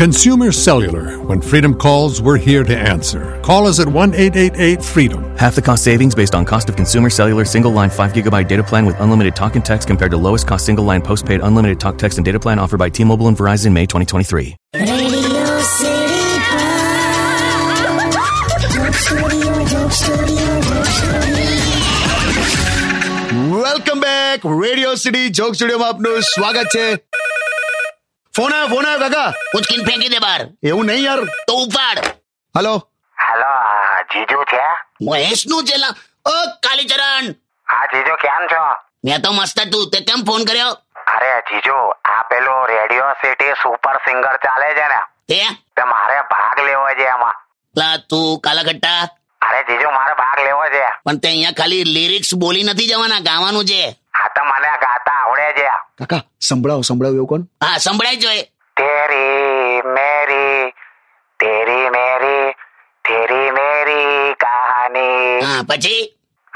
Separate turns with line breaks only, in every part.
Consumer Cellular. When freedom calls, we're here to answer. Call us at 1 888 freedom.
Half the cost savings based on cost of consumer cellular single line 5 gigabyte data plan with unlimited talk and text compared to lowest cost single line postpaid unlimited talk, text, and data plan offered by T Mobile and Verizon May 2023.
Radio City Pod. Joke Studio, Joke Studio, Joke Studio.
Welcome back radio city joke સ્ટુડિયોમાં આપનું સ્વાગત છે phone આવ્યો phone આવ્યો કાકા
ઉચકીને ફેંકી દે બહાર
એવું નહીં યાર
તો ઉપાડ
હલો
હલો આ જીજુ છે
મહેશનું ચેલા ઓ કાલીચરણ
હા જીજુ કેમ છો
મેં તો મસ્ત તું તે કેમ ફોન કર્યો
અરે જીજુ આ પેલું રેડિયો સિટી સુપર સિંગર ચાલે છે ને
તે
તે મારે ભાગ લેવો છે એમાં
લા તું કાલા કટ્ટા
અરે જીજુ મારે ભાગ લેવો છે
પણ તે અહીંયા ખાલી લિરિક્સ બોલી નથી જવાના ગાવાનું છે
આ તો મને ગાતા આવડે છે
કાકા સંભળાવો સંભળાવો એવું કોણ
હા સંભળાય જોઈએ
તેરી મેરી તેરી મેરી તેરી મેરી કહાની
હા પછી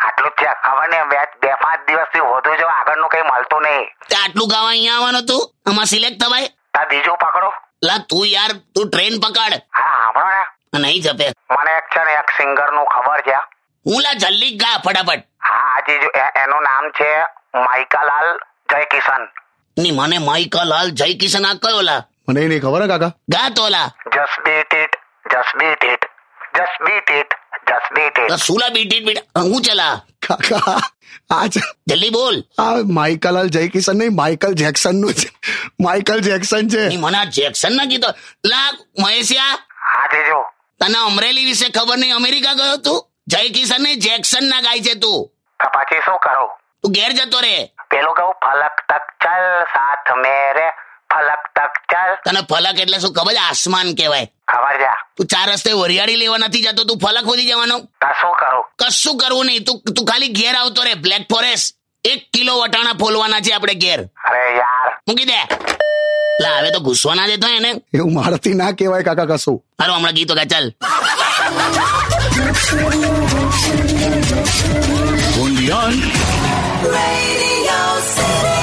આટલું જ છે ખબર ને બે બે પાંચ દિવસથી વધુ જો આગળનું કઈ મળતું નહીં
તે આટલું ગાવા અહીંયા આવવાનું તું આમાં સિલેક્ટ થવાય
તા બીજું પકડો
લા તું યાર તું ટ્રેન પકડ
હા સાંભળો ને
આ નહીં જપે
મને એક છે ને એક સિંગર નું ખબર છે
હું લા જલ્દી ગા ફટાફટ
હા આજે જો એ- એનું નામ છે માઇકાલાલ જય કિશન
ની મને માઈકલ હાલ જય કિશન આ કયો લા
મને એ નહીં ખબર હે કાકા
ગા તો લા
just beat it just beat it just beat it just beat
લા,
ઇટ
શું લા બીટી બીટા હું ચલા
કાકા આ છે
જલ્દી બોલ
આ માઇકલાલ જય કિશન નહીં માઇકલ જેક્સન નું છે માઇકલ જેક્સન છે
ની મને આ જેક્સન ના કીધો લા મહેશિયા
આજે જો
તને અમરેલી વિશે ખબર નહીં અમેરિકા ગયો તું જય કિશન ને જેક્સન ના ગાય છે તું
તો પછી શું કરું
તું ઘેર જતો રે
પેલું કહું ફલક તક ચલ સાથ મેરે ફલક તક ચલ
તને ફલક એટલે શું ખબર છે? આસમાન કહેવાય
ખબર છે
તું ચાર રસ્તે વરિયાળી લેવા નથી જતો તું ફલક સુધી જવાનો
તો શું કરું
કશું કરવું નહીં તું તું ખાલી ઘેર આવતો રે બ્લેક ફોરેસ્ટ એક કિલો વટાણા ફોલવાના છે આપણે ઘેર
અરે યાર
મૂકી દે લા હવે તો ગુસ્સો ના દેતો એને
એવું મારાથી ના કહેવાય કાકા કશું
હારું હમણાં ગીતો ગા ચાલ
Radio City.